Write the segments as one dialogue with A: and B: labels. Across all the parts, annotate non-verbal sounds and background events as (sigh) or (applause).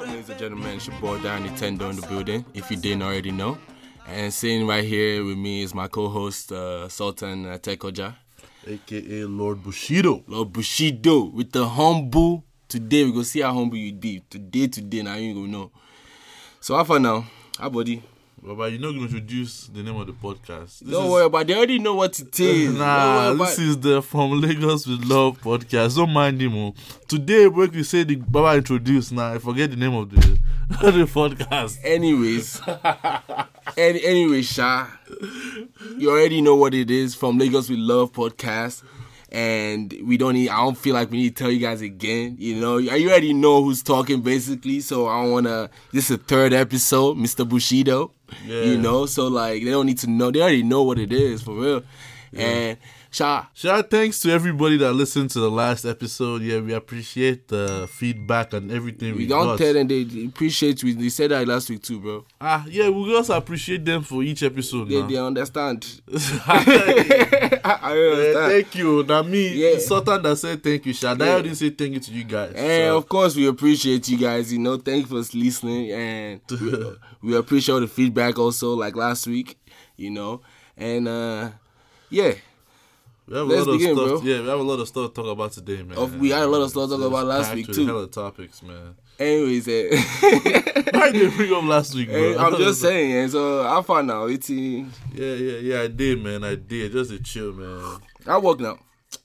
A: ladies and gentlemen, it's your boy Donnie Tendo in the building, if you didn't already know. And sitting right here with me is my co host, uh, Sultan uh, Tekoja.
B: aka Lord Bushido.
A: Lord Bushido with the humble. Today, we go see how humble you be. Today, today, now you go know. So, how far now? How body?
B: Baba, you're not going to introduce the name of the podcast. This
A: Don't
B: is-
A: worry about They already know what it is. Don't worry
B: Nah,
A: about-
B: this is the From Lagos with Love podcast. Don't mind him. oh. Today, break we say the Baba introduced. Now, I forget the name of the, (laughs) the podcast.
A: Anyways, any, anyway, Sha, you already know what it is from Lagos We Love podcast, and we don't need. I don't feel like we need to tell you guys again. You know, you you already know who's talking basically. So I don't wanna. This is the third episode, Mr. Bushido.
B: Yeah.
A: You know, so like they don't need to know. They already know what it is for real. And Sha,
B: Shout thanks to everybody that listened to the last episode. Yeah, we appreciate the feedback and everything we,
A: we don't
B: got.
A: tell them they appreciate you. They said that last week too, bro.
B: Ah, yeah, we just appreciate them for each episode. Eh,
A: They,
B: now.
A: they understand. (laughs) I, I understand.
B: Eh, thank you. Now me,
A: Yeah.
B: it's Sultan that said thank you. Shadai
A: Yeah. Eh,
B: didn't say thank you to you guys.
A: And
B: so-
A: of course, we appreciate you guys. You know, thanks for listening,
B: (laughs)
A: and we, we appreciate all the feedback also, like last week. You know, and uh yeah,
B: we have a
A: let's
B: lot of
A: begin,
B: stuff.
A: bro.
B: Yeah, we have a lot of stuff to talk about today, man.
A: Of- we had a lot of stuff to talk
B: It's
A: about last
B: packed
A: week,
B: with
A: too.
B: Hella topics, man. (laughs)
A: anyways, eh, (laughs)
B: Why did they bring up last week, bro?
A: eh,
B: (laughs)
A: I'm just saying. And so, how far now? It's eh, in,
B: Yeah, yeah, yeah. I did, man. I did. Just a chill, man.
A: I work now.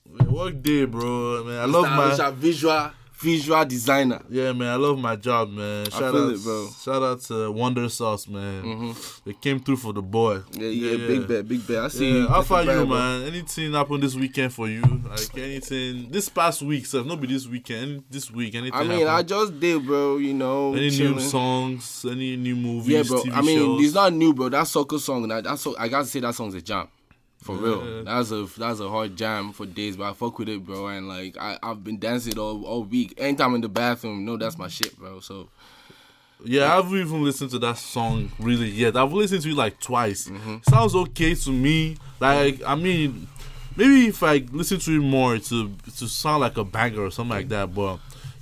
B: Man, Work day, bro. Man, I love
A: Stylish
B: my.
A: and visual visual designer.
B: Yeah, man, I love my job, man. Shout
A: feel
B: out,
A: it, bro. Mm-hmm.
B: Shout out to Wonder Sauce, man. They came through for the boy.
A: Yeah, yeah, big bear, big bear. I see.
B: Yeah,
A: you.
B: how far
A: Thank very
B: you,
A: much.
B: man? Anything happened this weekend for you? Like anything this past week, sir? Not be this weekend. This week, anything?
A: I mean, I
B: happened?
A: just did, bro. You know,
B: any
A: chilling.
B: new songs? Any new movies?
A: Yeah, bro.
B: TV
A: I mean,
B: shows?
A: it's not new, bro. That soccer song, that, that so I gotta say that song's a jam, for real. That's a that's a hard jam for days, but I fuck with it, bro. And like I I've been dancing all all week. Anytime in the bathroom, no, that's my shit, bro. So
B: yeah, I haven't even listened to that song really yet. I've listened to it like twice.
A: Mm-hmm.
B: Sounds okay to me. Like, I mean, maybe if I listen to it more, to to sound like a banger or something like that. But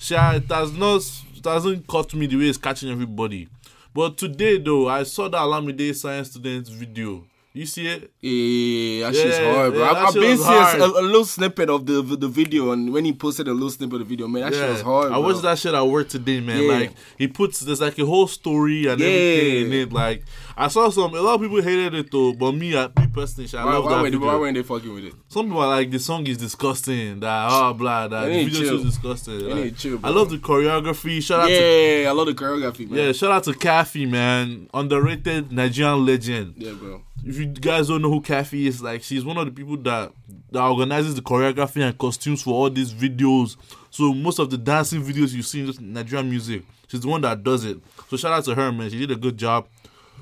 B: yeah, it does not doesn't cut me the way it's catching everybody. But today though, I saw that Alamide Science students video. You see it?
A: yeah, that
B: Yeah,
A: shit's hard, bro.
B: yeah, that
A: I've, I've
B: shit
A: been
B: was
A: seeing a,
B: hard.
A: a little snippet of the the video, and when he posted a little snippet of the video, man, that shit was hard.
B: I
A: bro.
B: watched that shit at work today, man.
A: Yeah.
B: Like he puts there's like a whole story and
A: Yeah.
B: everything in it. Like I saw some a lot of people hated it though, but me, I, me personally, I
A: Why,
B: love
A: why,
B: that
A: were they,
B: video.
A: why weren't they fucking with it?
B: Some people are like the song is disgusting, that ah blah, that
A: They
B: the
A: need
B: video
A: chill.
B: is disgusting.
A: They
B: Like,
A: need chill,
B: I
A: bro.
B: love the choreography. Shout out to
A: Yeah, I love the choreography, man.
B: yeah, shout out to Kafi, man, underrated Nigerian legend
A: yeah, bro.
B: if you guys don't know who Kathy is, like she's one of the people that that organizes the choreography and costumes for all these videos. So most of the dancing videos you see in just Nigerian music, she's the one that does it. So shout out to her, man. She did a good job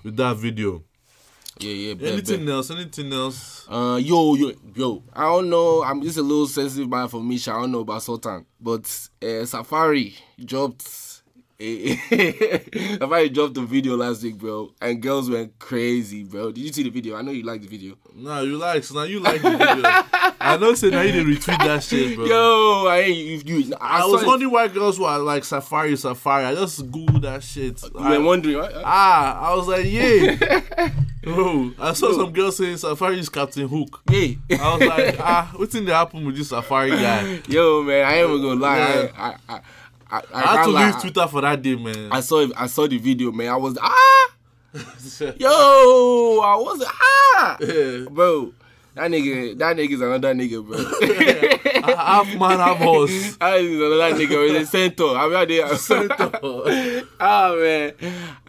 B: with that video.
A: Yeah, yeah, bet, bet.
B: Anything else? Anything else?
A: Uh, yo, yo, yo. I don't know. I'm just a little sensitive man for me. sha. I don't know about Sultan, but uh, Safari dropped. a- (laughs) Safari dropped a video last week, bro, and girls went crazy, bro. Did you see the video? I know you like the video.
B: Nah, relax. Now you like
A: (laughs)
B: the video. I know say now you didn't retweet that shit, bro.
A: Yo, I ain't you. you I,
B: I
A: saw
B: was
A: it.
B: wondering why girls were like safari, safari. I just googled that shit.
A: You were
B: I-
A: wondering. Right?
B: Ah, I was
A: (laughs)
B: like, yeah. Bro, I saw some girl saying Safari is Captain Hook.
A: Hey, (laughs)
B: I was like, ah, what's in the happen with this Safari guy?
A: yo, man, I ain't even gonna lie.
B: Yeah.
A: I, I, I, I, I,
B: I had to
A: can't lie.
B: leave Twitter for that day, man.
A: I saw, it- I saw the video, man. I was ah. Yo, I was
B: (laughs)
A: ah,
B: Yeah.
A: bro. That nigga, that nigga's another nigga, bro. (laughs)
B: half man, half horse.
A: that is another nigga. Or is it Cento? I'm not there. (laughs) ah man.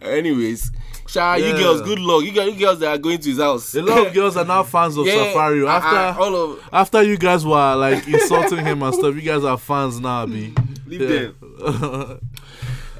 A: Anyways, Sha, you
B: Yeah.
A: girls, good luck. You girls, you girls that are going to his house. (laughs)
B: A lot of girls are now fans of
A: Yeah,
B: Safari.
A: I- I-
B: After
A: all of
B: after you guys were like insulting him and stuff, you guys are fans now, B.
A: Leave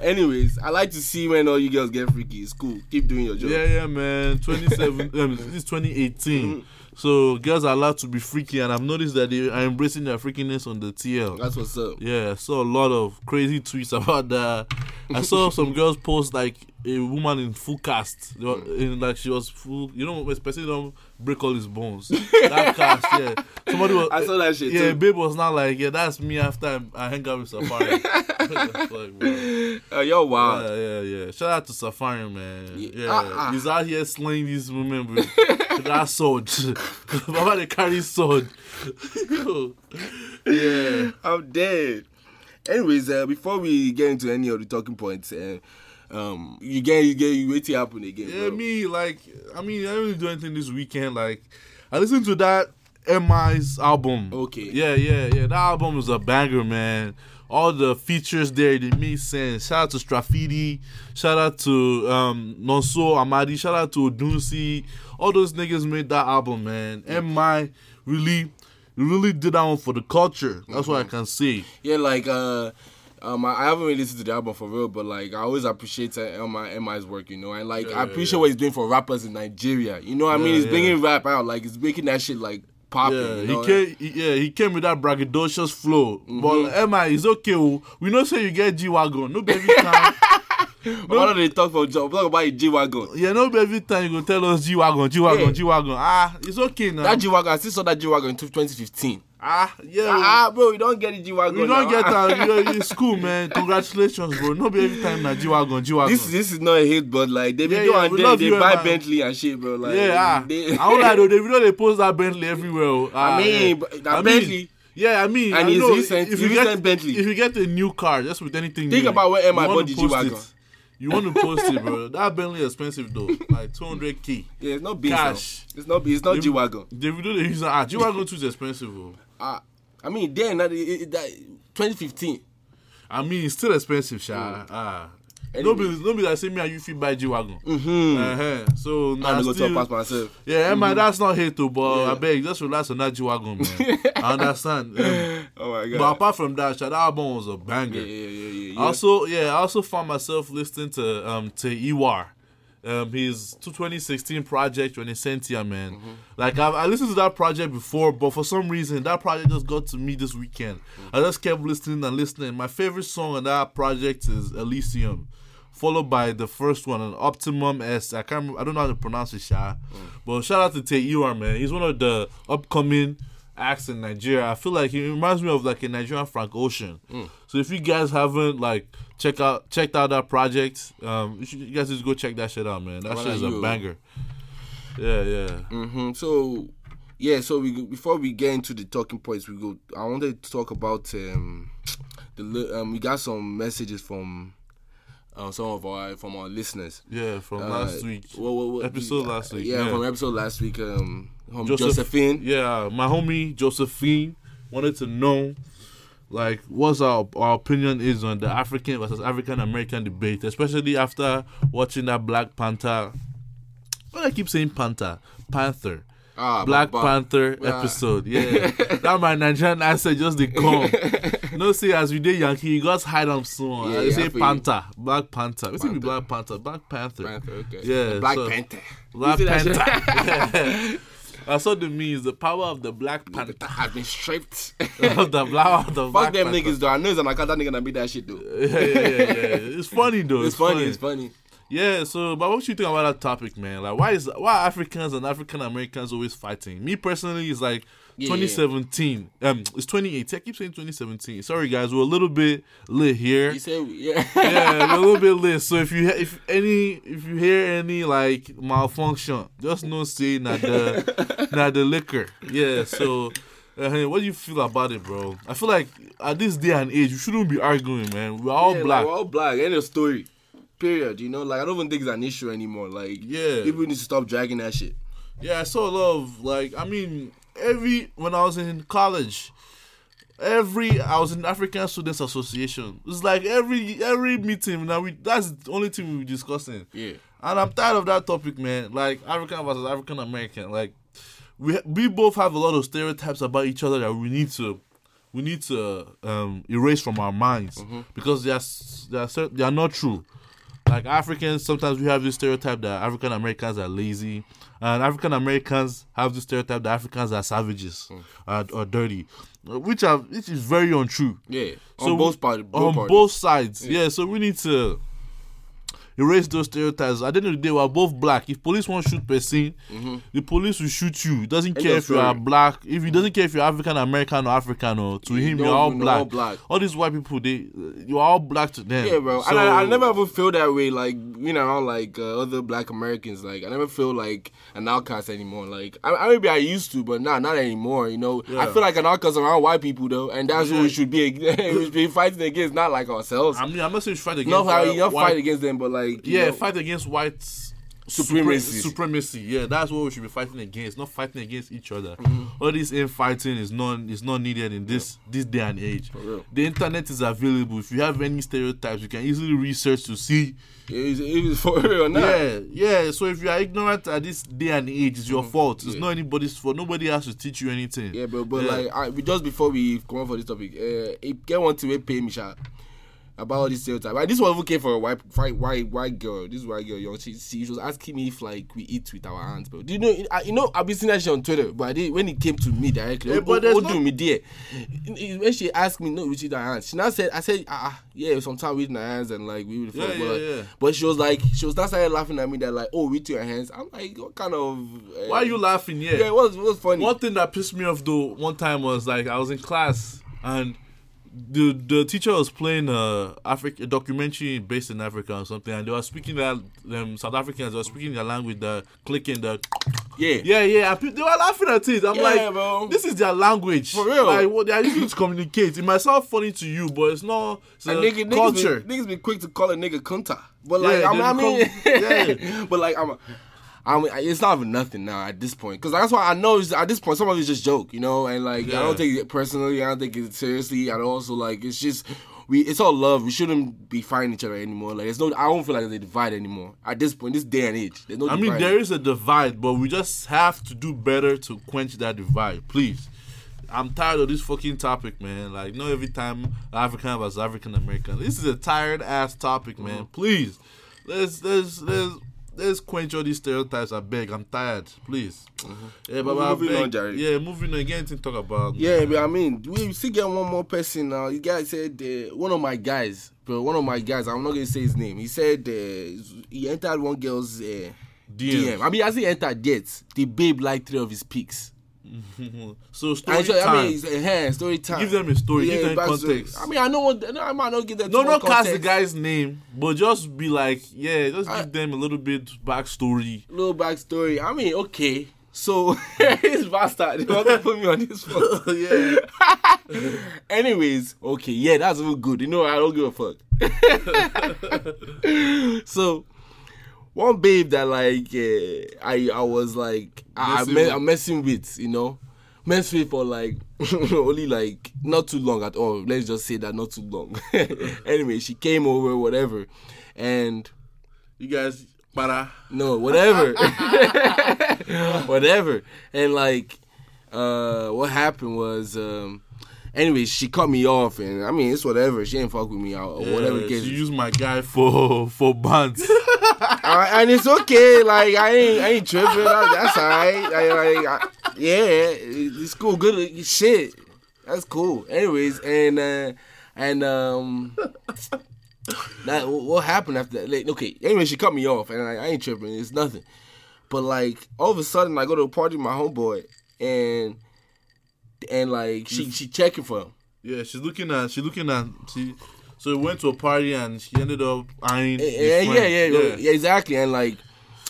A: Anyways, I like to see when all you girls get freaky. It's cool. Keep doing your job.
B: yeah, yeah, man. 27, (laughs) um, this is
A: Mm.
B: 2018. So girls are allowed to be freaky, and I've noticed that they are embracing their freakiness on the TL.
A: That's what's up.
B: (laughs) Yeah, I saw a lot of crazy tweets about that. I saw some girls post like a woman in full cast. They were- In like she was full. You know, especially don't break all his
A: (laughs)
B: bones. that cast, yeah. Somebody was.
A: I saw that shit
B: Yeah,
A: too.
B: babe was not like, yeah, that's me after I- I hang out with Safari.
A: (laughs)
B: Like, wow.
A: Uh, yo, wow.
B: Yeah, yeah, yeah. Shout out to Safari, man.
A: Ye-
B: Yeah,
A: uh-uh.
B: he's out here slaying these women with, with that sword. (laughs) Baba, they carry sword. (laughs) Yo. yeah.
A: I'm dead. Anyways, uh, before we get into any of the talking points, uh, um, you get you get you wait till it happen again.
B: Yeah,
A: bro.
B: me, like, I mean, I didn't do anything this weekend. Like, I listened to that MI's album.
A: Okay.
B: Yeah, yeah, yeah. That album was a banger, man. All the features there, they made sense. Shout out to Strafidi. Shout out to um, Nonso Amadi. Shout out to Odunsi. All those niggas made that album, man. MI really, really did that one for the culture. That's what I can say.
A: Yeah, like uh, um, I I haven't really listened to the album for real, but like I always appreciate uh, Mi Mi's work, you know, and like I appreciate what he's doing for rappers in Nigeria. You know, what I mean,
B: Yeah,
A: he's
B: yeah.
A: bringing rap out, like he's making that shit like popping.
B: Yeah,
A: you know? Mm-hmm.
B: he came. he- yeah, he came with that braggadocious flow. But Emma is okay. oh. We know say you get G wagon. No be
A: (laughs)
B: every time.
A: Why don't they talk for job? Talk about G wagon.
B: yeah, no be every time you go tell us G wagon, G wagon,
A: Yeah.
B: G wagon. Ah, it's okay now.
A: That G wagon, I still saw that G wagon in 2015.
B: ah, yeah.
A: Ah, bro, you don't get the G wagon.
B: we
A: now.
B: don't get that. You know, it's cool, man. Congratulations, bro. No be every time na G wagon, G
A: (laughs)
B: wagon.
A: This this is not a hate, but like they be
B: Yeah,
A: doing
B: yeah, we
A: and
B: love
A: they,
B: you,
A: they buy
B: man.
A: Bentley and shit, bro. Like
B: yeah, ah.
A: they- (laughs)
B: I don't like though. They know they post that Bentley everywhere. oh. Ah,
A: mean,
B: yeah.
A: but that Bentley-
B: Yeah, I mean,
A: And
B: I
A: it's
B: know,
A: recent-
B: if
A: it's
B: you get
A: recent Bentley.
B: if you get a new car, just with anything.
A: Think
B: new,
A: about where
B: you
A: my
B: want
A: body
B: to post
A: G-Wagon.
B: it. You want to post it, bro? That Bentley expensive though, like two hundred k.
A: yeah, it's not beast.
B: Cash.
A: now. It's not it's not G wagon.
B: They do the use ah G wagon too is expensive. Oh.
A: I, I mean, then that, it, it- that 2015.
B: I mean, it's still expensive,
A: Hmm.
B: sha. Ah. No be no be like say me and you fit buy G wagon. Mm-hmm. Uh-huh. So now
A: I'm gonna
B: still,
A: go talk past myself.
B: yeah, man, that's not hate though, but I beg just relax on that G wagon, man. I understand. Um,
A: Oh my god.
B: But apart from that, Sha, that album was a banger.
A: yeah, yeah, yeah, yeah, yeah.
B: Also, yeah, I also found myself listening to um to Iwar, um his 2016 project Renaissantia, man. Like I, I listened to that project before, but for some reason that project just got to me this weekend. I just kept listening and listening. My favorite song on that project is Elysium. Followed by the first one, an Optimum S. I can't. Remember, I don't know how to pronounce it, Sha. But shout out to Tay Iwar, man. He's one of the upcoming acts in Nigeria. I feel like he reminds me of like a Nigerian Frank Ocean.
A: Mm.
B: So if you guys haven't like check out checked out that project, um, you, should, you guys just go check that shit out, man. That
A: Why
B: shit is
A: not
B: a
A: you?
B: banger. Yeah, yeah.
A: Mhm. So, yeah. So we before we get into the talking points, we go. I wanted to talk about um the li- um we got some messages from uh, some of our from our listeners.
B: Yeah, from
A: Uh,
B: last week.
A: what- what- what-
B: Episode last week,
A: Yeah,
B: yeah.
A: from episode last week. Um, from
B: Joseph-
A: Josephine.
B: Yeah, my homie Josephine wanted to know like what's our our opinion is on the African versus African American debate, especially after watching that Black Panther. What I keep saying Panther, Panther.
A: Ah,
B: Black
A: but- but-
B: Panther
A: Yeah. (laughs)
B: episode. Yeah, that my Nigerian accent just the come. no, see, as we did Yankee, you got hide on soon.
A: Yeah,
B: you
A: yeah, I
B: say
A: feel you.
B: Panther, Black Panther. We see be Black Panther, Black Panther.
A: Panther, okay.
B: Yeah,
A: Black
B: so-
A: Panther.
B: Black
A: You see that
B: Panther.
A: shit?
B: (laughs)
A: (laughs)
B: I saw the memes, the power of the Black Panther. (laughs)
A: I've been stripped.
B: of the Black, of the
A: Fuck
B: Black
A: them
B: Panther.
A: niggas though. I know it's an Akata nigga that be that shit though.
B: Yeah, yeah, yeah, yeah. It's funny though.
A: It's funny. It's funny.
B: Yeah, so but what you think about that topic, man? Like, why is why are Africans and African Americans always fighting? Me personally, it's like
A: Yeah.
B: 2017. Um, it's 28. I keep saying 2017. Sorry, guys, we're a little bit lit here.
A: You say (laughs) yeah.
B: (laughs) yeah, we're a little bit lit. So if you if any if you hear any like malfunction, just know say not
A: (laughs)
B: the not the liquor. Yeah. So uh, hey, what do you feel about it, bro? I feel like at this day and age, you shouldn't be arguing, man. We're all
A: Yeah,
B: black.
A: Like, we're all black. End of story. Period. You know, like I don't even think it's an issue anymore. Like
B: Yeah.
A: people need to stop dragging that shit.
B: Yeah, I saw a lot of like I mean every when I was in college, every I was in African Students Association. It's like every every meeting now we that's the only thing we were discussing.
A: Yeah.
B: And I'm tired of that topic, man. Like African versus African American. Like we we both have a lot of stereotypes about each other that we need to we need to um, erase from our minds because they are s- they are cer- they are not true. Like Africans, sometimes we have this stereotype that African Americans are lazy, and African Americans have this stereotype that Africans are savages uh, or dirty, which are which is very untrue
A: Yeah.
B: we-
A: on both parties.
B: on both sides. Yeah. so we need to erase those stereotypes. At the end of the day, we're both black. If police won't shoot person, the police will shoot you. It doesn't
A: Mm-hmm. End
B: care
A: of
B: if you are
A: story. Mm.
B: black. If it doesn't care if you're African American or African or to him,
A: don't-
B: you're all
A: you're
B: black.
A: all black.
B: All these white people, they you're all black to them.
A: Yeah, bro.
B: So,
A: and I, I never ever feel that way, like you know, like uh, other Black Americans. Like I never feel like an outcast anymore. Like I, I maybe I used to, but nah, not anymore. You know, I
B: Yeah.
A: feel like an outcast around white people though, and that's who
B: Yeah.
A: we should be. (laughs) we should be fighting against, not like ourselves.
B: I mean, I'm not saying you fight against
A: not how
B: white-
A: you don't
B: white-
A: fight against them, but like you
B: Yeah,
A: know,
B: fight against white
A: Supremacy.
B: supre- Supremacy. Yeah, that's what we should be fighting against. Not fighting against each other.
A: Mm-hmm.
B: All this infighting is not is not needed in this this day and age.
A: real.
B: The internet is available. If you have any stereotypes, you can easily research to see.
A: If, if it's for (laughs) real or not.
B: Yeah, yeah. So if you are ignorant at this day and age, it's your fault. It's not anybody's fault. Nobody has to teach you anything.
A: Mm-hmm. Yeah, bro. But
B: Yeah.
A: like, I, we just before we come on for this topic, uh, it get one to pay me, sha, about all this stereotype. Like, this one even came from a white, white, white, white girl. This white girl, yo, she, she was asking me if like we eat with our hands, bro. Do you know? I, you know, I've been seeing that shit on Twitter, but I did, when it came to me directly,
B: Yeah,
A: oh,
B: but
A: but
B: there's
A: oh,
B: no-
A: do me there. When she asked me, no, we eat our hands. She now said, I said, ah, yeah, sometimes we eat our hands and like we eat
B: Yeah,
A: but,
B: yeah,
A: like-
B: yeah.
A: but she was like, she was that started laughing at me that like, oh, we eat your hands. I'm like, what kind of? Uh,
B: Why are you laughing? Yeah.
A: Yeah, what's what's funny?
B: One thing that pissed me off though one time was like I was in class and the the teacher was playing a Africa a documentary based in Africa or something and they were speaking that um, South Africans were speaking their language the clicking the
A: Yeah.
B: yeah yeah and pe- they were laughing at it I'm
A: Yeah,
B: like
A: bro.
B: this is their language
A: For real.
B: like what they are using to communicate it might sound funny to you but it's not it's a
A: And nigga,
B: culture
A: Niggas be, niggas be quick to call a nigga cunta. But like,
B: Yeah,
A: I'm, I mean,
B: (laughs) they become-
A: but like, I'm, a, I'm, it's not even nothing now at this point. Because that's why I know it's, at this point, some of it's just joke, you know? And like, I
B: Yeah.
A: don't take it personally. I don't take it seriously. And also, like, it's just, we, it's all love. We shouldn't be fighting each other anymore. Like, there's no, I don't feel like there's a divide anymore. At this point, this day and age, there's no
B: I mean,
A: divide.
B: there is a divide, but we just have to do better to quench that divide, please. I'm tired of this fucking topic, man. Like, not every time African versus African American. This is a tired ass topic, man.
A: Mm-hmm.
B: Please, let's let's let's let's quench all these stereotypes. I beg. I'm tired. Please. Yeah, but I
A: Mm-hmm. Moving
B: beg.
A: on, Jerry.
B: Yeah, moving on. Again, anything to talk about?
A: Yeah, but I mean, we still get one more person now. You guys said uh, one of my guys, bro, one of my guys. I'm not gonna say his name. He said uh, he entered one girl's uh, DM.
B: DM.
A: I mean, as he entered yet, the babe liked three of his pics.
B: So story
A: And so,
B: time.
A: I mean, it's, uh, story time.
B: Give them a story, give them
A: back to-
B: context.
A: I mean, I know what. No, I might not give them.
B: no,
A: too much
B: not cast the
A: context.
B: guy's name, but just be like, yeah, just
A: I-
B: give them a little bit backstory.
A: Little backstory. I mean, okay. So (laughs) this bastard, they want to put me on this spot.
B: (laughs) yeah.
A: Anyways, okay, yeah, that's even good. You know, I don't give a fuck. (laughs) so, one babe that like uh, I I was like I, I
B: Messing
A: me-
B: with.
A: I'm messing with, you know, mess with for like (laughs) only like not too long at all. Let's just say that not too long. (laughs) anyway, she came over, whatever, and
B: You guys, para.
A: no, whatever. (laughs) whatever. And like uh what happened was um anyway, she cut me off and I mean it's whatever. She didn't fuck with me or or whatever the
B: Yeah,
A: case.
B: she used my guy for (laughs)
A: (laughs)
B: for bands.
A: Uh, and it's okay, like I ain't I ain't tripping. Like, that's alright. Like, like, I- yeah, it's cool, good shit. That's cool. Anyways, and uh and um that what happened after that? Like, okay, anyway, she cut me off, and like, I ain't tripping. It's nothing. But like all of a sudden, I go to a party with my homeboy, and and like she she checking for him.
B: yeah, she's looking at she's looking at she. So we went to a party and she ended up eyeing. his
A: Eh, Yeah, yeah,
B: friend.
A: yeah, yeah, yeah, exactly. And like,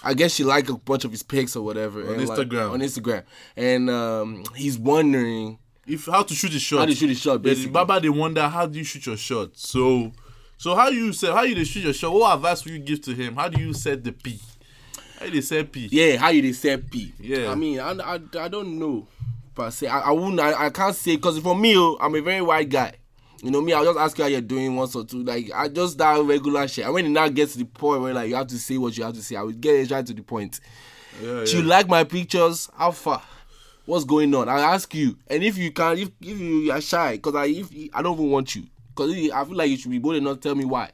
A: I guess she liked a bunch of his pics or whatever on
B: Instagram.
A: on Instagram, and um, he's wondering
B: If how to shoot his shot.
A: how to shoot his shot.
B: Yeah, the
A: Basically,
B: Baba they wonder how do you shoot your shot. So, so how you say how you dey shoot your shot? What advice would you give to him? How do you set the P? How you dey set P?
A: yeah, how you they set P.
B: Yeah.
A: I mean, I, I, I don't know, per se. I, I wouldn't, I, I can't say because for me, oh, I'm a very white guy. You know me, I'll just ask you how you're doing once or two. Like I just that regular shit. And when it now gets to the point where like you have to say what you have to say, I will get it right to the point.
B: yeah,
A: Do you like my pictures? How far? What's going on? I ask you, and if you can, if if you are shy, because I if I don't even want you, because I feel like you should be bold enough to tell me why,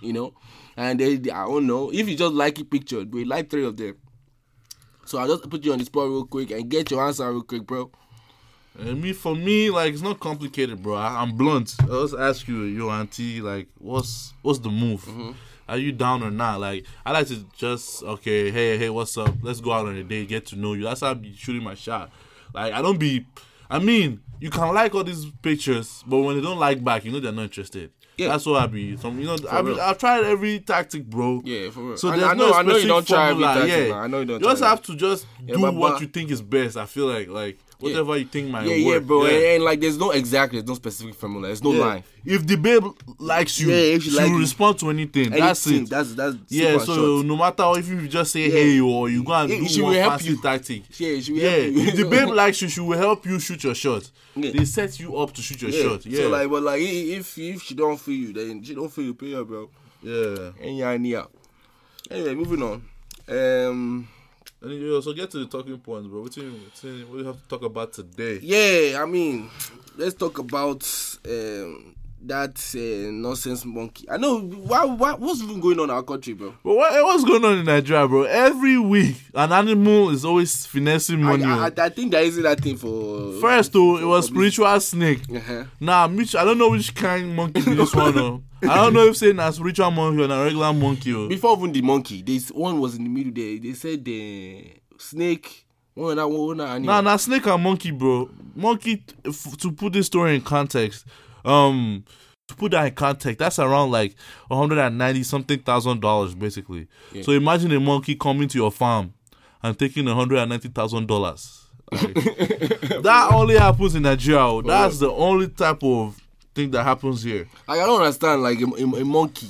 A: you know. And they, they- I don't know if you just like a picture, we like three of them. So I will just put you on the spot real quick and get your answer real quick, bro.
B: I mean, for me, like it's not
A: Mm-hmm.
B: complicated, bro. I, I'm blunt. I just ask you, yo, auntie, like, what's what's the move? Are you down or not? Like I like to just okay, hey, hey, what's up? Let's go out on a date, get to know you. That's how I be shooting my shot. Like I don't be. I mean, you can like all these pictures, but when they don't like back, you know they're not interested.
A: Yeah.
B: That's what I be. Some you know I be,
A: real.
B: I've tried every tactic, bro.
A: Yeah, for real.
B: So
A: I-
B: there's
A: I
B: no
A: know- I know you
B: specific
A: don't try every
B: formula.
A: tactic,
B: yeah.
A: man. I know you don't
B: You just
A: try
B: have to just
A: Yeah,
B: do
A: but-
B: what
A: but-
B: you think is best. I feel like like whatever you think might
A: Yeah,
B: work.
A: yeah, bro. And, and, like, there's no exact, there's no specific formula. There's no
B: Eh, Yeah.
A: line.
B: If the babe likes you,
C: Yeah, if she
B: she
C: like
B: will
C: you.
B: respond to anything. That's
C: Anything.
B: it.
C: That's that's
B: yeah,
C: super
B: so
C: short.
B: no matter if you just say hey or you go and
A: Yeah,
B: do
A: she
B: one
A: will help
B: fancy
A: you.
B: tactic.
A: Yeah, she will
B: Yeah,
A: help you.
B: if the
C: (laughs)
B: babe likes you, she will help you shoot your shot.
C: Yeah.
B: They set you up to shoot your
C: Yeah.
B: shot. Yeah,
C: So like, but like, i- if if she don't feel you, then she don't feel you, pay her, bro.
B: yeah.
A: And yeah, and yeah.
C: Anyway, moving on. Um,
B: And you also get to the talking points, bro. What do you, what do you- what do you have to talk about today?
C: yeah, I mean, let's talk about um that uh, nonsense monkey. I know why, why what's even going on in our country, bro.
B: But what, what's going on in Nigeria, bro? Every week, an animal is always finessing
C: I,
B: money.
C: I,
B: oh.
C: I- I think there isn't that thing for
B: First, though, it was spiritual snake.
C: (laughs) Uh-huh.
B: Nah, Mitch, I don't know which kind monkey be this one. Oh. I don't know if saying a spiritual monkey or a regular monkey. Oh.
A: Before even the monkey, this one was in the middle there. They said the snake, one of that one, that animal.
B: Nah, nah, snake and monkey, bro. Monkey. If, to put this story in context, um, to put that in context, that's around like 190 something thousand dollars, basically. So imagine a monkey coming to your farm and taking 190 thousand dollars. that only happens in Nigeria. oh. That's the only type of thing that happens here.
A: Like, I don't understand, like, a, a, a monkey.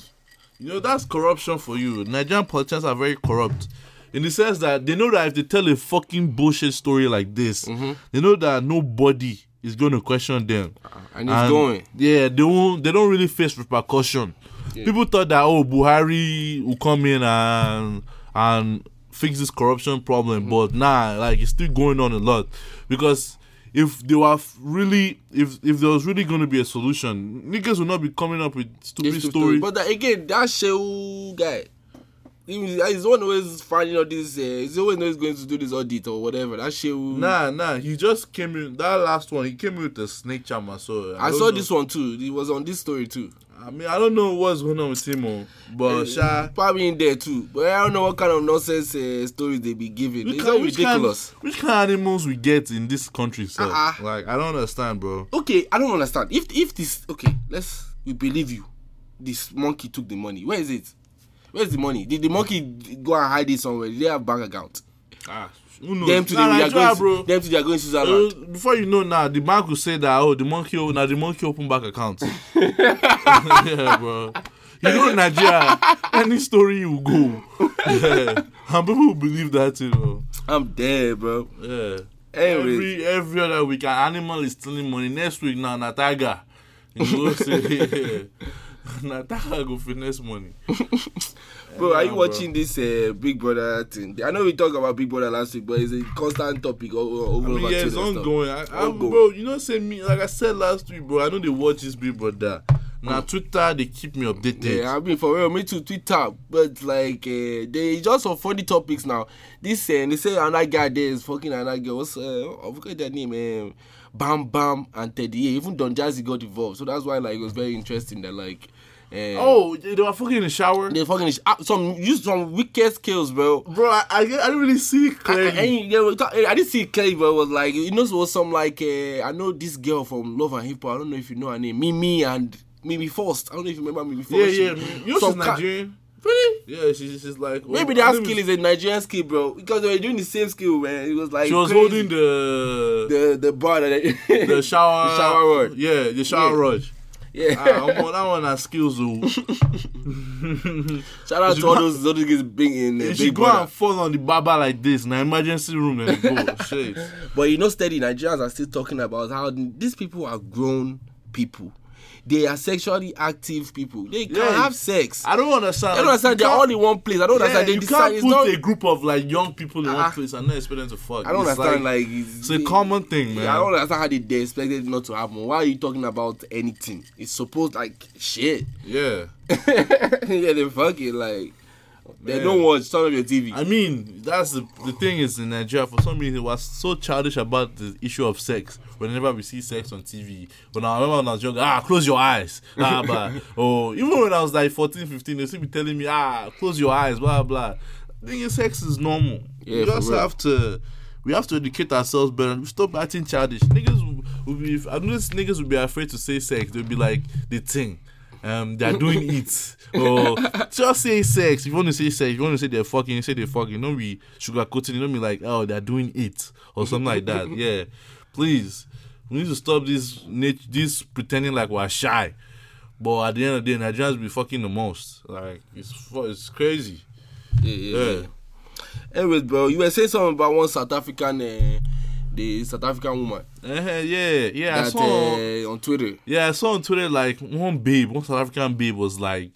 B: You know, that's corruption for you. Nigerian politicians are very corrupt. In the sense that they know that if they tell a fucking bullshit story like this,
A: Mm-hmm.
B: they know that nobody is going to question them.
A: And it's going.
B: Yeah, they won't. They don't really face repercussion. People thought that oh, Buhari will come in and and fix this corruption
A: Mm-hmm.
B: problem, but nah, like it's still going on a lot because. If they were f- really, if if there was really going to be a solution, niggas would not be coming up with stupid,
A: This
B: stories.
A: But that, again, that Shehu guy, he- uh, he's one always finding out this, uh, he's always always going to do this audit or whatever. That Shehu.
B: Nah, nah. He just came in. That last one, he came in with the snake charmer. So
A: I
B: don't
A: saw
B: know.
A: this one too. It was on this story too.
B: I mean, I don't know what's going on with Timo,
A: Eh,
B: but sha.
A: Probably in there too. But I don't know what kind of nonsense uh, stories they be giving.
B: which
A: It's
B: kind-
A: all
B: which
A: ridiculous.
B: Kind, which kind of animals we get in this country, sir?
A: Uh-uh.
B: Like I don't understand, bro.
A: Okay, I don't understand. If if this okay, let's we believe you. This monkey took the money. Where is it? Where's the money? Did the monkey go and hide it somewhere? Did they have bank account?
B: Ah, who knows?
A: Them to
B: Nah,
A: the they are
B: Nigeria,
A: going
B: bro.
A: to, them to they are going to
B: Uh,
A: Switzerland.
B: before you know now, the bank will say that oh the monkey o- now the monkey open
A: (laughs)
B: back account. (laughs) yeah, bro. You know in Nigeria, any story you
A: (laughs)
B: go, (laughs) yeah. and people will believe that too. Bro.
A: I'm dead, bro.
B: Yeah.
A: Anyway.
B: Hmm. Every every other week, an animal is stealing money. Next week, now na tiger. You go (laughs) say, na tiger go finesse money.
A: Bro, are you
B: Nah, bro.
A: watching this uh, Big Brother thing? I know we talked about Big Brother last week, but it's a constant topic over, over
B: I mean,
A: over
B: yeah, it's
A: Twitter and stuff.
B: ongoing. I, I,
A: Ongoing.
B: bro, you know, say me like I said last week, bro. I know they watch this big brother. Now Twitter, they keep me updated.
A: Mm. Yeah, Eh, I mean for real, me too. Twitter, but like uh, they just on funny topics now. This uh, they say another guy there is fucking another girl. What's uh, I forget their name. Um, Bam Bam and Teddy. Yeah, even Don Jazzy got involved, so that's why like it was very interesting that like. Uh,
B: Oh, they they were fucking in the shower,
A: they fucking is- ah, some use some wicked skills, bro.
B: bro. I, I, I didn't really see it
A: I, I,
B: clearly.
A: and they were talk- eh, I didn't see it clearly, but it was like you know it was some like uh, I know this girl from Love and Hip Hop. I don't know if you know her name, Mimi and Mimi First. I don't know if you remember Mimi First.
B: yeah, yeah.
A: She-
B: You know she's
A: some ca-
B: Nigerian.
A: Really?
B: Yeah, she's she's like. oh,
A: Maybe
B: I
A: that
B: think
A: skill
B: it's-
A: is a Nigerian skill, bro. Because they were doing the same skill, man. It was like
B: She was
A: crazy.
B: holding the
A: the the bar that they-
B: (laughs) the shower,
A: the shower rod.
B: Yeah, the shower
A: Yeah.
B: rod.
A: Yeah.
B: Ah, I'm on, that one has skills. (laughs) Oh.
A: Shout out
B: She
A: to all
B: go-
A: those those niggas being in the
B: If she
A: big
B: go
A: brother.
B: and fall on the barber like this, now emergency room, then you go. (laughs) Shit.
A: But you know, steady Nigerians are still talking about how these people are grown people. They are sexually active people. They can
B: Yeah.
A: have sex. I
B: I don't understand.
A: don't
B: like,
A: understand.
B: you
A: They're
B: can't-
A: all in one place. I don't
B: Yeah,
A: understand. They
B: you
A: decide.
B: can't
A: It's
B: put
A: not,
B: a group of like young people in
A: Uh-uh.
B: one place and not expect them to fuck.
A: I don't
B: It's
A: understand. Like, it's,
B: it's a common thing, man.
A: Yeah, I don't understand how they, they expected it not to happen. Why are you talking about anything? It's supposed like shit. (laughs)
B: yeah.
A: yeah, they fucking like They
B: man.
A: don't watch. Turn off your TV.
B: I mean, that's the, the thing is in Nigeria. For some reason, we're so childish about the issue of sex. Whenever we see sex on TV, but now I remember when I was young, ah, close your eyes, ah, blah. Oh, even when I was like 14, 15, they still be telling me, ah, close your eyes, blah, blah. thing is, sex is normal.
A: Yeah,
B: we
A: for
B: just
A: real.
B: have to, we have to educate ourselves better. We stop acting childish. Niggas will- will be, I notice niggas will be afraid to say sex. They'll be like the thing. Um,
A: (laughs)
B: they're doing it. or just say sex. If you want to say sex, if you want to say they're fucking, say they're fucking. Don't be sugarcoating. it. Don't be like, oh, they're doing it or something like
A: (laughs)
B: that. Yeah, please. We need to stop this nat- this pretending like we're shy. But at the end of the day, Nigerians be fucking the most. Like it's fu- it's crazy.
A: yeah, yeah, yeah.
B: Yeah.
A: Anyways, bro, you were saying something about one South African, uh, the South African woman
B: Uh, yeah, yeah. I
A: that
B: saw.
A: uh, on Twitter.
B: yeah, I saw on Twitter like one babe, one South African babe was like,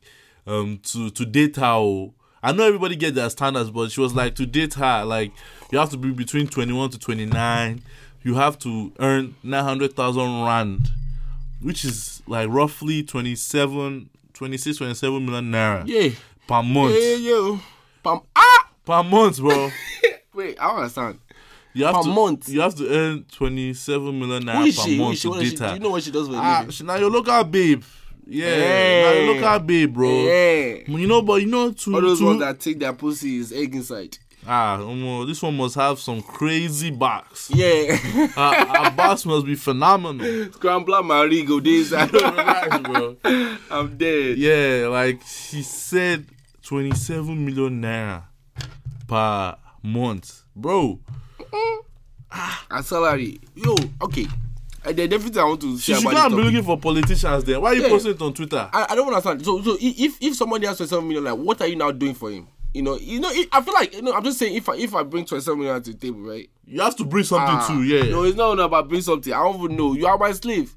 B: um, to to date her. oh, I know everybody get their standards, but she was like to date her. Like you have to be between twenty one to twenty nine. You have to earn nine hundred thousand rand, which is like roughly 27, 26, 27 million naira
A: Yeah,
B: per month.
A: yeah, yeah. Pam, ah,
B: Per month, bro.
A: wait, I don't understand.
B: You have
A: Per
B: to,
A: month.
B: You have to earn twenty seven million
A: Who
B: naira
A: is
B: per
A: she? Who
B: month
A: is she?
B: to
A: What is she?
B: date
A: Do
B: her.
A: you know what she does for a
B: Ah,
A: living?
B: she now your local babe. Yeah,
A: Hey.
B: now your local babe, bro.
A: Yeah.
B: You know, but you know, to,
A: All those
B: to-
A: ones that take their pussy is egg inside.
B: ah, omo, this one must have some crazy box.
A: Yeah, (laughs)
B: Her, her box must be phenomenal.
A: scrambler marigo days. (laughs)
B: Relax, bro.
A: I'm dead.
B: Yeah, like she said, twenty-seven million naira per month, bro.
A: And salary, yo, okay. Uh, the definitely I want to
B: She
A: say
B: should
A: about
B: go
A: this
B: and be
A: topic.
B: looking for politicians. There, why are you
A: Yeah.
B: posting it on Twitter?
A: I, I don't understand. So, so i- if if somebody has 27 million, like, what are you now doing for him? You know, you know. It, I feel like you know. I'm just saying, if I if I bring 27 million to the table, right?
B: You have to bring something
A: Ah,
B: too. Yeah.
A: No, it's not only about bring something. I don't even know. You are my slave.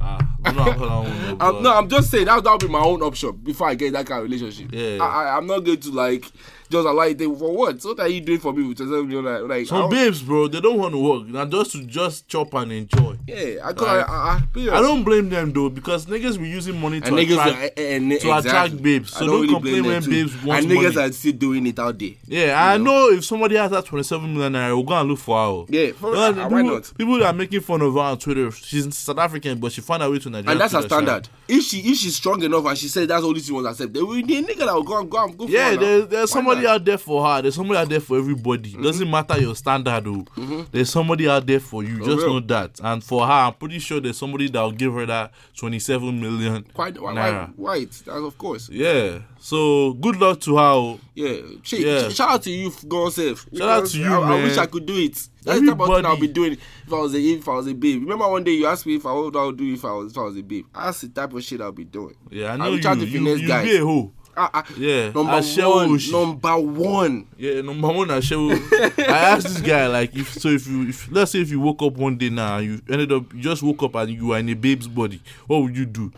B: Ah, I don't know how that one go,
A: I'm,
B: but-
A: no, I'm just saying that that would be my own option before I get that kind of relationship. I,
B: Yeah.
A: I, I'm not going to like just allow it there for what? So What are you doing for me with 27 million? Like, like I
B: Some
A: don't-
B: babes, bro, they don't want to work. Now just to just chop and enjoy.
A: yeah, I could.
B: Like,
A: I, I,
B: I don't blame them though, because niggas be using money to
A: And niggas
B: attract.
A: are, eh, and,
B: to attract babes. So don't complain when babes want
A: And niggas
B: money.
A: are still doing it out there.
B: yeah, I know. if somebody has that twenty-seven million naira, we'll go and look for her. oh.
A: Yeah, for-
B: Well,
A: ah,
B: people,
A: why not?
B: People that are making fun of her on Twitter. She's South African, but she found her way to Nigeria.
A: and that's her
B: through the shop.
A: standard. If she if she's strong enough and she says that's all she wants to accept, there will be a nigga that will go and go and go for
B: Yeah,
A: her now.
B: there's, there's
A: Why
B: somebody
A: not? Mm-hmm.
B: out there for her. There's somebody out there for everybody. Doesn't matter your standard, though. There's somebody out there for you. Just
A: real.
B: know that. And for her, I'm pretty sure there's somebody that'll give her that 27 million
A: Quite why, why,
B: naira.
A: why it's- that's of course.
B: Yeah. So good luck to her. oh.
A: Yeah. She,
B: Yeah.
A: shout out to you, God safe.
B: Shout out to you,
A: I, I wish
B: man.
A: I could do it. That's the type of thing I'll
B: Everybody.
A: be doing if I was a if I was a babe. Remember one day you asked me if I would I would do if I was if I was a babe. That's the type of shit I'll be doing.
B: Yeah, I
A: I'll
B: know
A: be trying
B: you.
A: to
B: You,
A: finesse
B: you
A: guys.
B: be a hoe.
A: Ah, ah.
B: Yeah.
A: Number
B: Ashewo
A: one.
B: Oshi.
A: Number one.
B: Yeah, number one, I
A: (laughs)
B: show. oh. I asked this guy like, if so, if you, if let's say if you woke up one day now, and you ended up, you just woke up and you were in a babe's body, what would you do?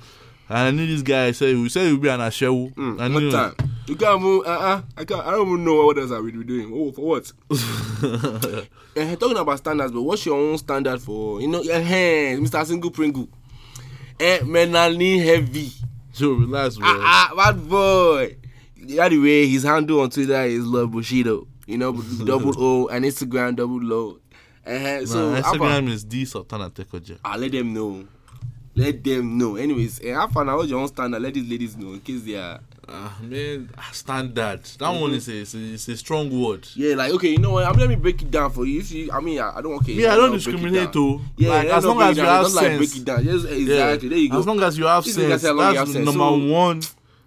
B: And I knew this guy said, he said he would be an ashewo. I knew
A: One Mm, time. You can't move. Uh uh I can't. I don't even know what else I will be doing. Oh, for
B: (laughs)
A: what? Eh, talking about standards, but what's your own standard for you know? eh, eh, Mr. Single Pringle. Eh, mentally heavy.
B: (laughs) so relax, bro.
A: Ah, ah, bad boy. By the way, his handle on Twitter is Love Bushido. You
B: (laughs)
A: know, double O and Instagram double O. Eh, eh, so Ah,
B: Nah,
A: Alpha,
B: Instagram is D Sultana Tekoje.
A: I let them know. Let them know. Anyways, eh, Alpha, now what's your own standard? Let these ladies know in case they are.
B: Ah man, ah, standard. That
A: Mm-hmm.
B: one is a, it's a, it's a strong word.
A: Yeah, like okay, you know what? I mean, let me break it down for you. If you, I mean, I, I don't okay.
B: Yeah,
A: let
B: I don't
A: me not break it
B: discriminate
A: down.
B: too.
A: Yeah,
B: Like,
A: let
B: as
A: me not
B: long
A: break
B: as
A: it
B: you
A: down.
B: have
A: Don't, like break
B: sense.
A: it down. Yes, exactly. There you go.
B: As long as you have
A: These niggas
B: sense,
A: say as long as you
B: that's
A: have sense.
B: number
A: So-
B: one.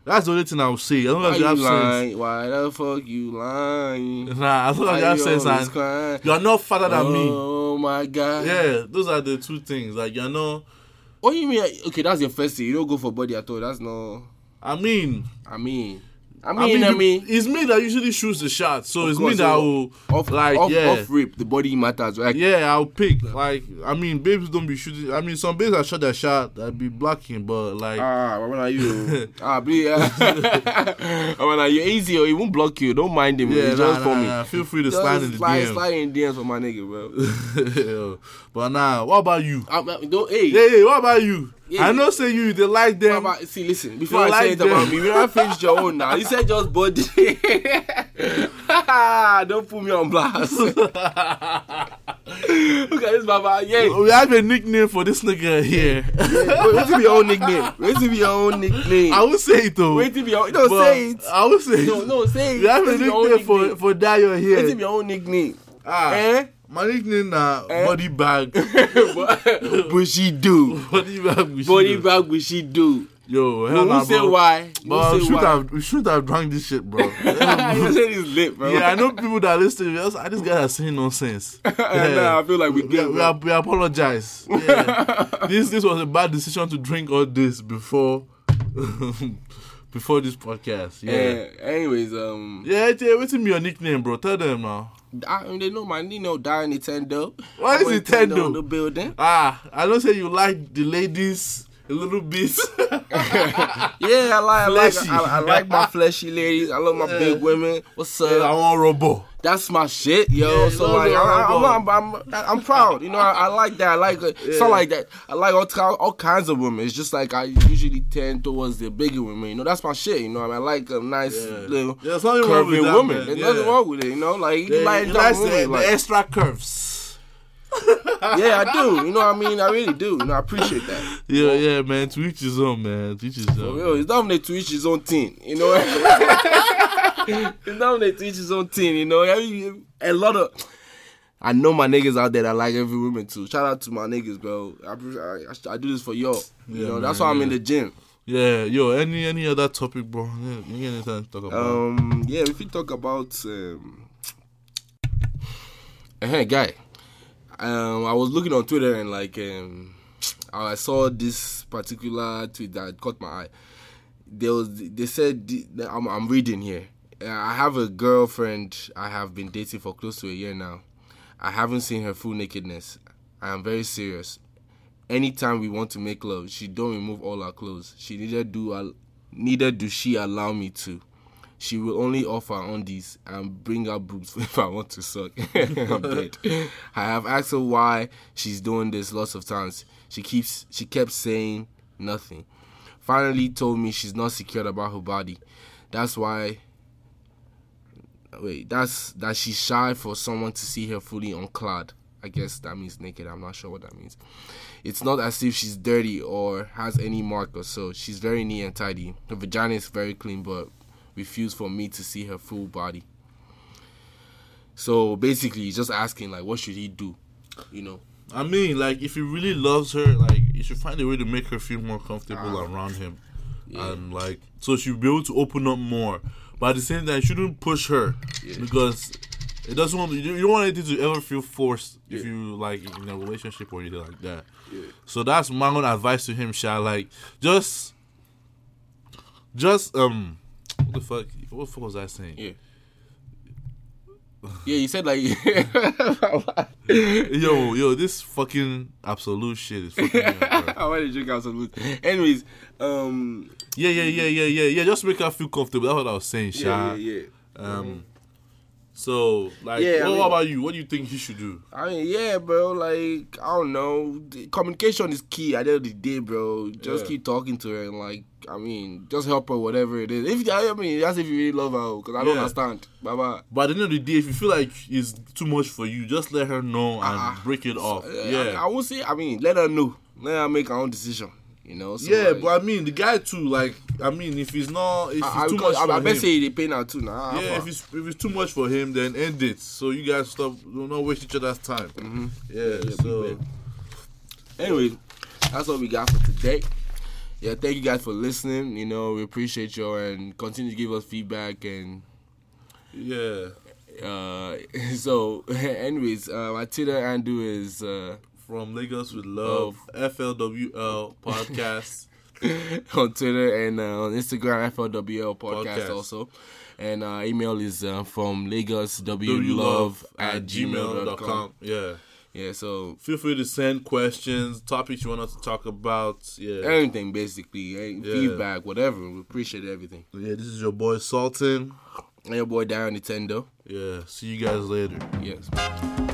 B: That's the only thing I would say. As long
A: Why
B: as you have
A: you
B: sense.
A: lying? Why the fuck you lying?
B: (laughs) Nah, as long as you have sense
A: always
B: and
A: crying?
B: you are not fatter than me.
A: Oh my god.
B: Yeah, those are the two things. Like you are not.
A: What you mean? Okay, that's your first thing. You don't go for body at all. That's no.
B: I mean,
A: I mean. I mean, I mean,
B: it's me that usually shoots the shot, so
A: Of
B: it's
A: course,
B: me that
A: yeah.
B: will
A: off,
B: like
A: off,
B: yeah.
A: off rip. The body matters. Like,
B: Yeah, I'll pick. Like, I mean, babes don't be shooting. I mean, some babes that shot that shot that be blocking, but like,
A: Ah, when are (laughs) you? ah, be when are you easy or he won't block you? Don't mind him.
B: yeah,
A: it's
B: nah,
A: just for
B: nah,
A: me.
B: nah, feel free to
A: Just
B: slide in the
A: slide,
B: DM.
A: slide in DMs for (laughs) my nigga, bro.
B: (laughs) but nah, what about you?
A: I'm, I'm- don't, hey,
B: Hey, what about you?
A: Yeah.
B: I know say you they like them.
A: Baba, see, listen. Before
B: You
A: I
B: like
A: say it about
B: them.
A: me, you haven't finished your own now. You said just body. (laughs) Don't put me on blast. (laughs) Look at this, Baba. Yeah.
B: We have a nickname for this nigga here.
A: (laughs) Wait, wait till your own nickname. (laughs) Wait till your own nickname.
B: (laughs) I will say it though.
A: Wait till your. No,
B: but
A: say it.
B: I will say
A: No,
B: it.
A: no, say it.
B: (laughs) We have a
A: Wait till your own
B: nickname for
A: nickname.
B: for Dio
A: Wait
B: here.
A: till your own nickname.
B: Ah,
A: Eh?
B: my nickname na
A: (laughs)
B: body bag.
A: But she do.
B: body bag. we should
A: Body
B: do.
A: bag, but she do.
B: Yo, hell
A: Who
B: nah,
A: say
B: bro.
A: why?
B: But
A: Who
B: we
A: say
B: should
A: why?
B: have we should have drank this shit,
A: (laughs)
B: bro.
A: You said it's lit, bro.
B: yeah, I know people that listen. to us, I just guys are saying
A: (laughs)
B: nonsense.
A: I
B: Yeah.
A: know, uh, I feel like we
B: we,
A: did.
B: we, we apologize. Yeah.
A: (laughs)
B: this this was a bad decision to drink all this before (laughs) before this podcast.
A: Yeah.
B: Yeah.
A: Anyways, um,
B: Yeah, yeah, yeah what's your nickname, bro? Tell them now.
A: I, mean, they know my Nino die Nintendo.
B: Why is
A: I'm a
B: Nintendo?
A: in the building?
B: Ah, I don't say you like the ladies a
A: (laughs)
B: little bit. Eh,
A: Yeah, I like, I like,
B: Fleshy.
A: I, I like my fleshy ladies. I love my
B: (laughs)
A: big women. What's up?
B: I want robo.
A: That's my shit, yo.
B: Yeah,
A: so
B: love
A: like,
B: your
A: I, I'm,
B: rubber.
A: I'm, I'm, I'm proud. You know, I, I like that. I like it. It's not like that. I like all, ki- all kinds of women. It's just like I usually tend towards the bigger women. You know, that's my shit. You know, I, mean, I like a nice
B: Yeah.
A: little
B: There's nothing wrong with
A: Eh. curvy
B: that,
A: woman.
B: man.
A: There's
B: Yeah.
A: nothing wrong with it. You know, like you
B: Yeah,
A: like
B: he
A: that
B: likes
A: woman.
B: the,
A: like,
B: the extra curves.
A: yeah,
B: (laughs)
A: I do. You know what I mean? I really do. You know, I appreciate that.
B: Yeah, yeah, man. To each his own, man. To each his own.
A: Yo, it's dominate to each his own thing. You know, (laughs) it's dominate to each his own thing. You know, Every- a lot of. I know my niggas out there that like every woman too. Shout out to my niggas, bro. I appre- I, I, I do this for y'all. You
B: Yeah,
A: know,
B: man,
A: that's why I'm in the gym.
B: Yeah, yo. Any any other topic, bro? Yeah, you get anything to talk about?
A: Um, yeah, if you talk about, um, hey guy, um, I was looking on Twitter and like, um, I saw this particular tweet that caught my eye. There was, they said, th- I'm, I'm reading here. Uh, I have a girlfriend I have been dating for close to a year now. I haven't seen her full nakedness. I am very serious. Anytime we want to make love, she don't remove all our clothes. She neither do al- neither do she allow me to. She will only offer undies and bring out boobs (laughs) if I want to suck. I'm dead. I have asked her why she's doing this lots of times. She keeps she kept saying nothing. Finally told me she's not secure about her body. That's why wait, that's that she's shy for someone to see her fully unclad. I guess that means naked. I'm not sure what that means. It's not as if she's dirty or has any mark or so. She's very neat and tidy. Her vagina is very clean, but refused for me to see her full body. So basically, he's just asking like, what should he do? You know,
B: I mean, like, if he really loves her, like, you should find a way to make her feel more comfortable around him. And, like, so she'll be able to open up more. But at the same time, you shouldn't push her because it doesn't want, you don't- you don't want anything to ever feel forced if you, like, in a relationship or anything like that. So that's my own advice to him, Sha. Like, just, just, um, what the fuck, what the fuck was I saying?
D: Yeah.
A: yeah, he said like, (laughs)
B: Yo, yo, this fucking absolute shit is fucking me up, bro.
A: I want to drink out some loot. Anyways, um,
B: Yeah, yeah, yeah, yeah, yeah, yeah. Just make her feel comfortable. That's what I was saying, Sha.
A: yeah, yeah, yeah.
B: Um, so like,
A: Yeah, I
B: what
A: mean-
B: about you? What do you think he should do?
A: I mean, yeah, bro. Like, I don't know. The communication is key at the end of the day, bro. Just
B: Yeah.
A: keep talking to her and, like, I mean, just help her, whatever it is. If I mean, that's if you really love her, because I don't
B: Yeah.
A: understand. Baba.
B: But at the end of the day, if you feel like it's too much for you, just let her know and break it off.
A: Ah, I,
B: yeah,
A: I won't say. I mean, let her know. Let her make her own decision. You know. So,
B: yeah.
A: like,
B: But I mean, the guy too. Like, I mean, if it's not, if it's
A: I, I,
B: too
A: because
B: much
A: I,
B: for
A: I
B: him,
A: bet say they pay now too. Nah.
B: yeah. If it's if it's too much for him, then end it. So you guys stop. Do not waste each other's time.
A: Mm-hmm.
B: Yeah. so
A: Anyway, that's what we got for today. Yeah, thank you guys for listening. You know, we appreciate you all and continue to give us feedback and
B: yeah.
A: Uh, (laughs) so, anyways, uh, my Twitter handle is uh, (laughs)
B: From Lagos with love, FLWL podcast.
A: on Twitter and uh, on Instagram FLWL podcast,
B: Podcast.
A: also, and uh, email is uh, from Lagos
B: you
A: WLove
B: love
A: at gmail.com.
B: Yeah.
A: Yeah, so
B: Feel free to send questions, topics you want us to talk about. Yeah.
A: anything basically, eh, feedback, whatever. We appreciate everything.
B: Yeah, this is your boy Sultan.
A: And your boy Darren Nintendo.
B: Yeah. See you guys later.
A: Yes.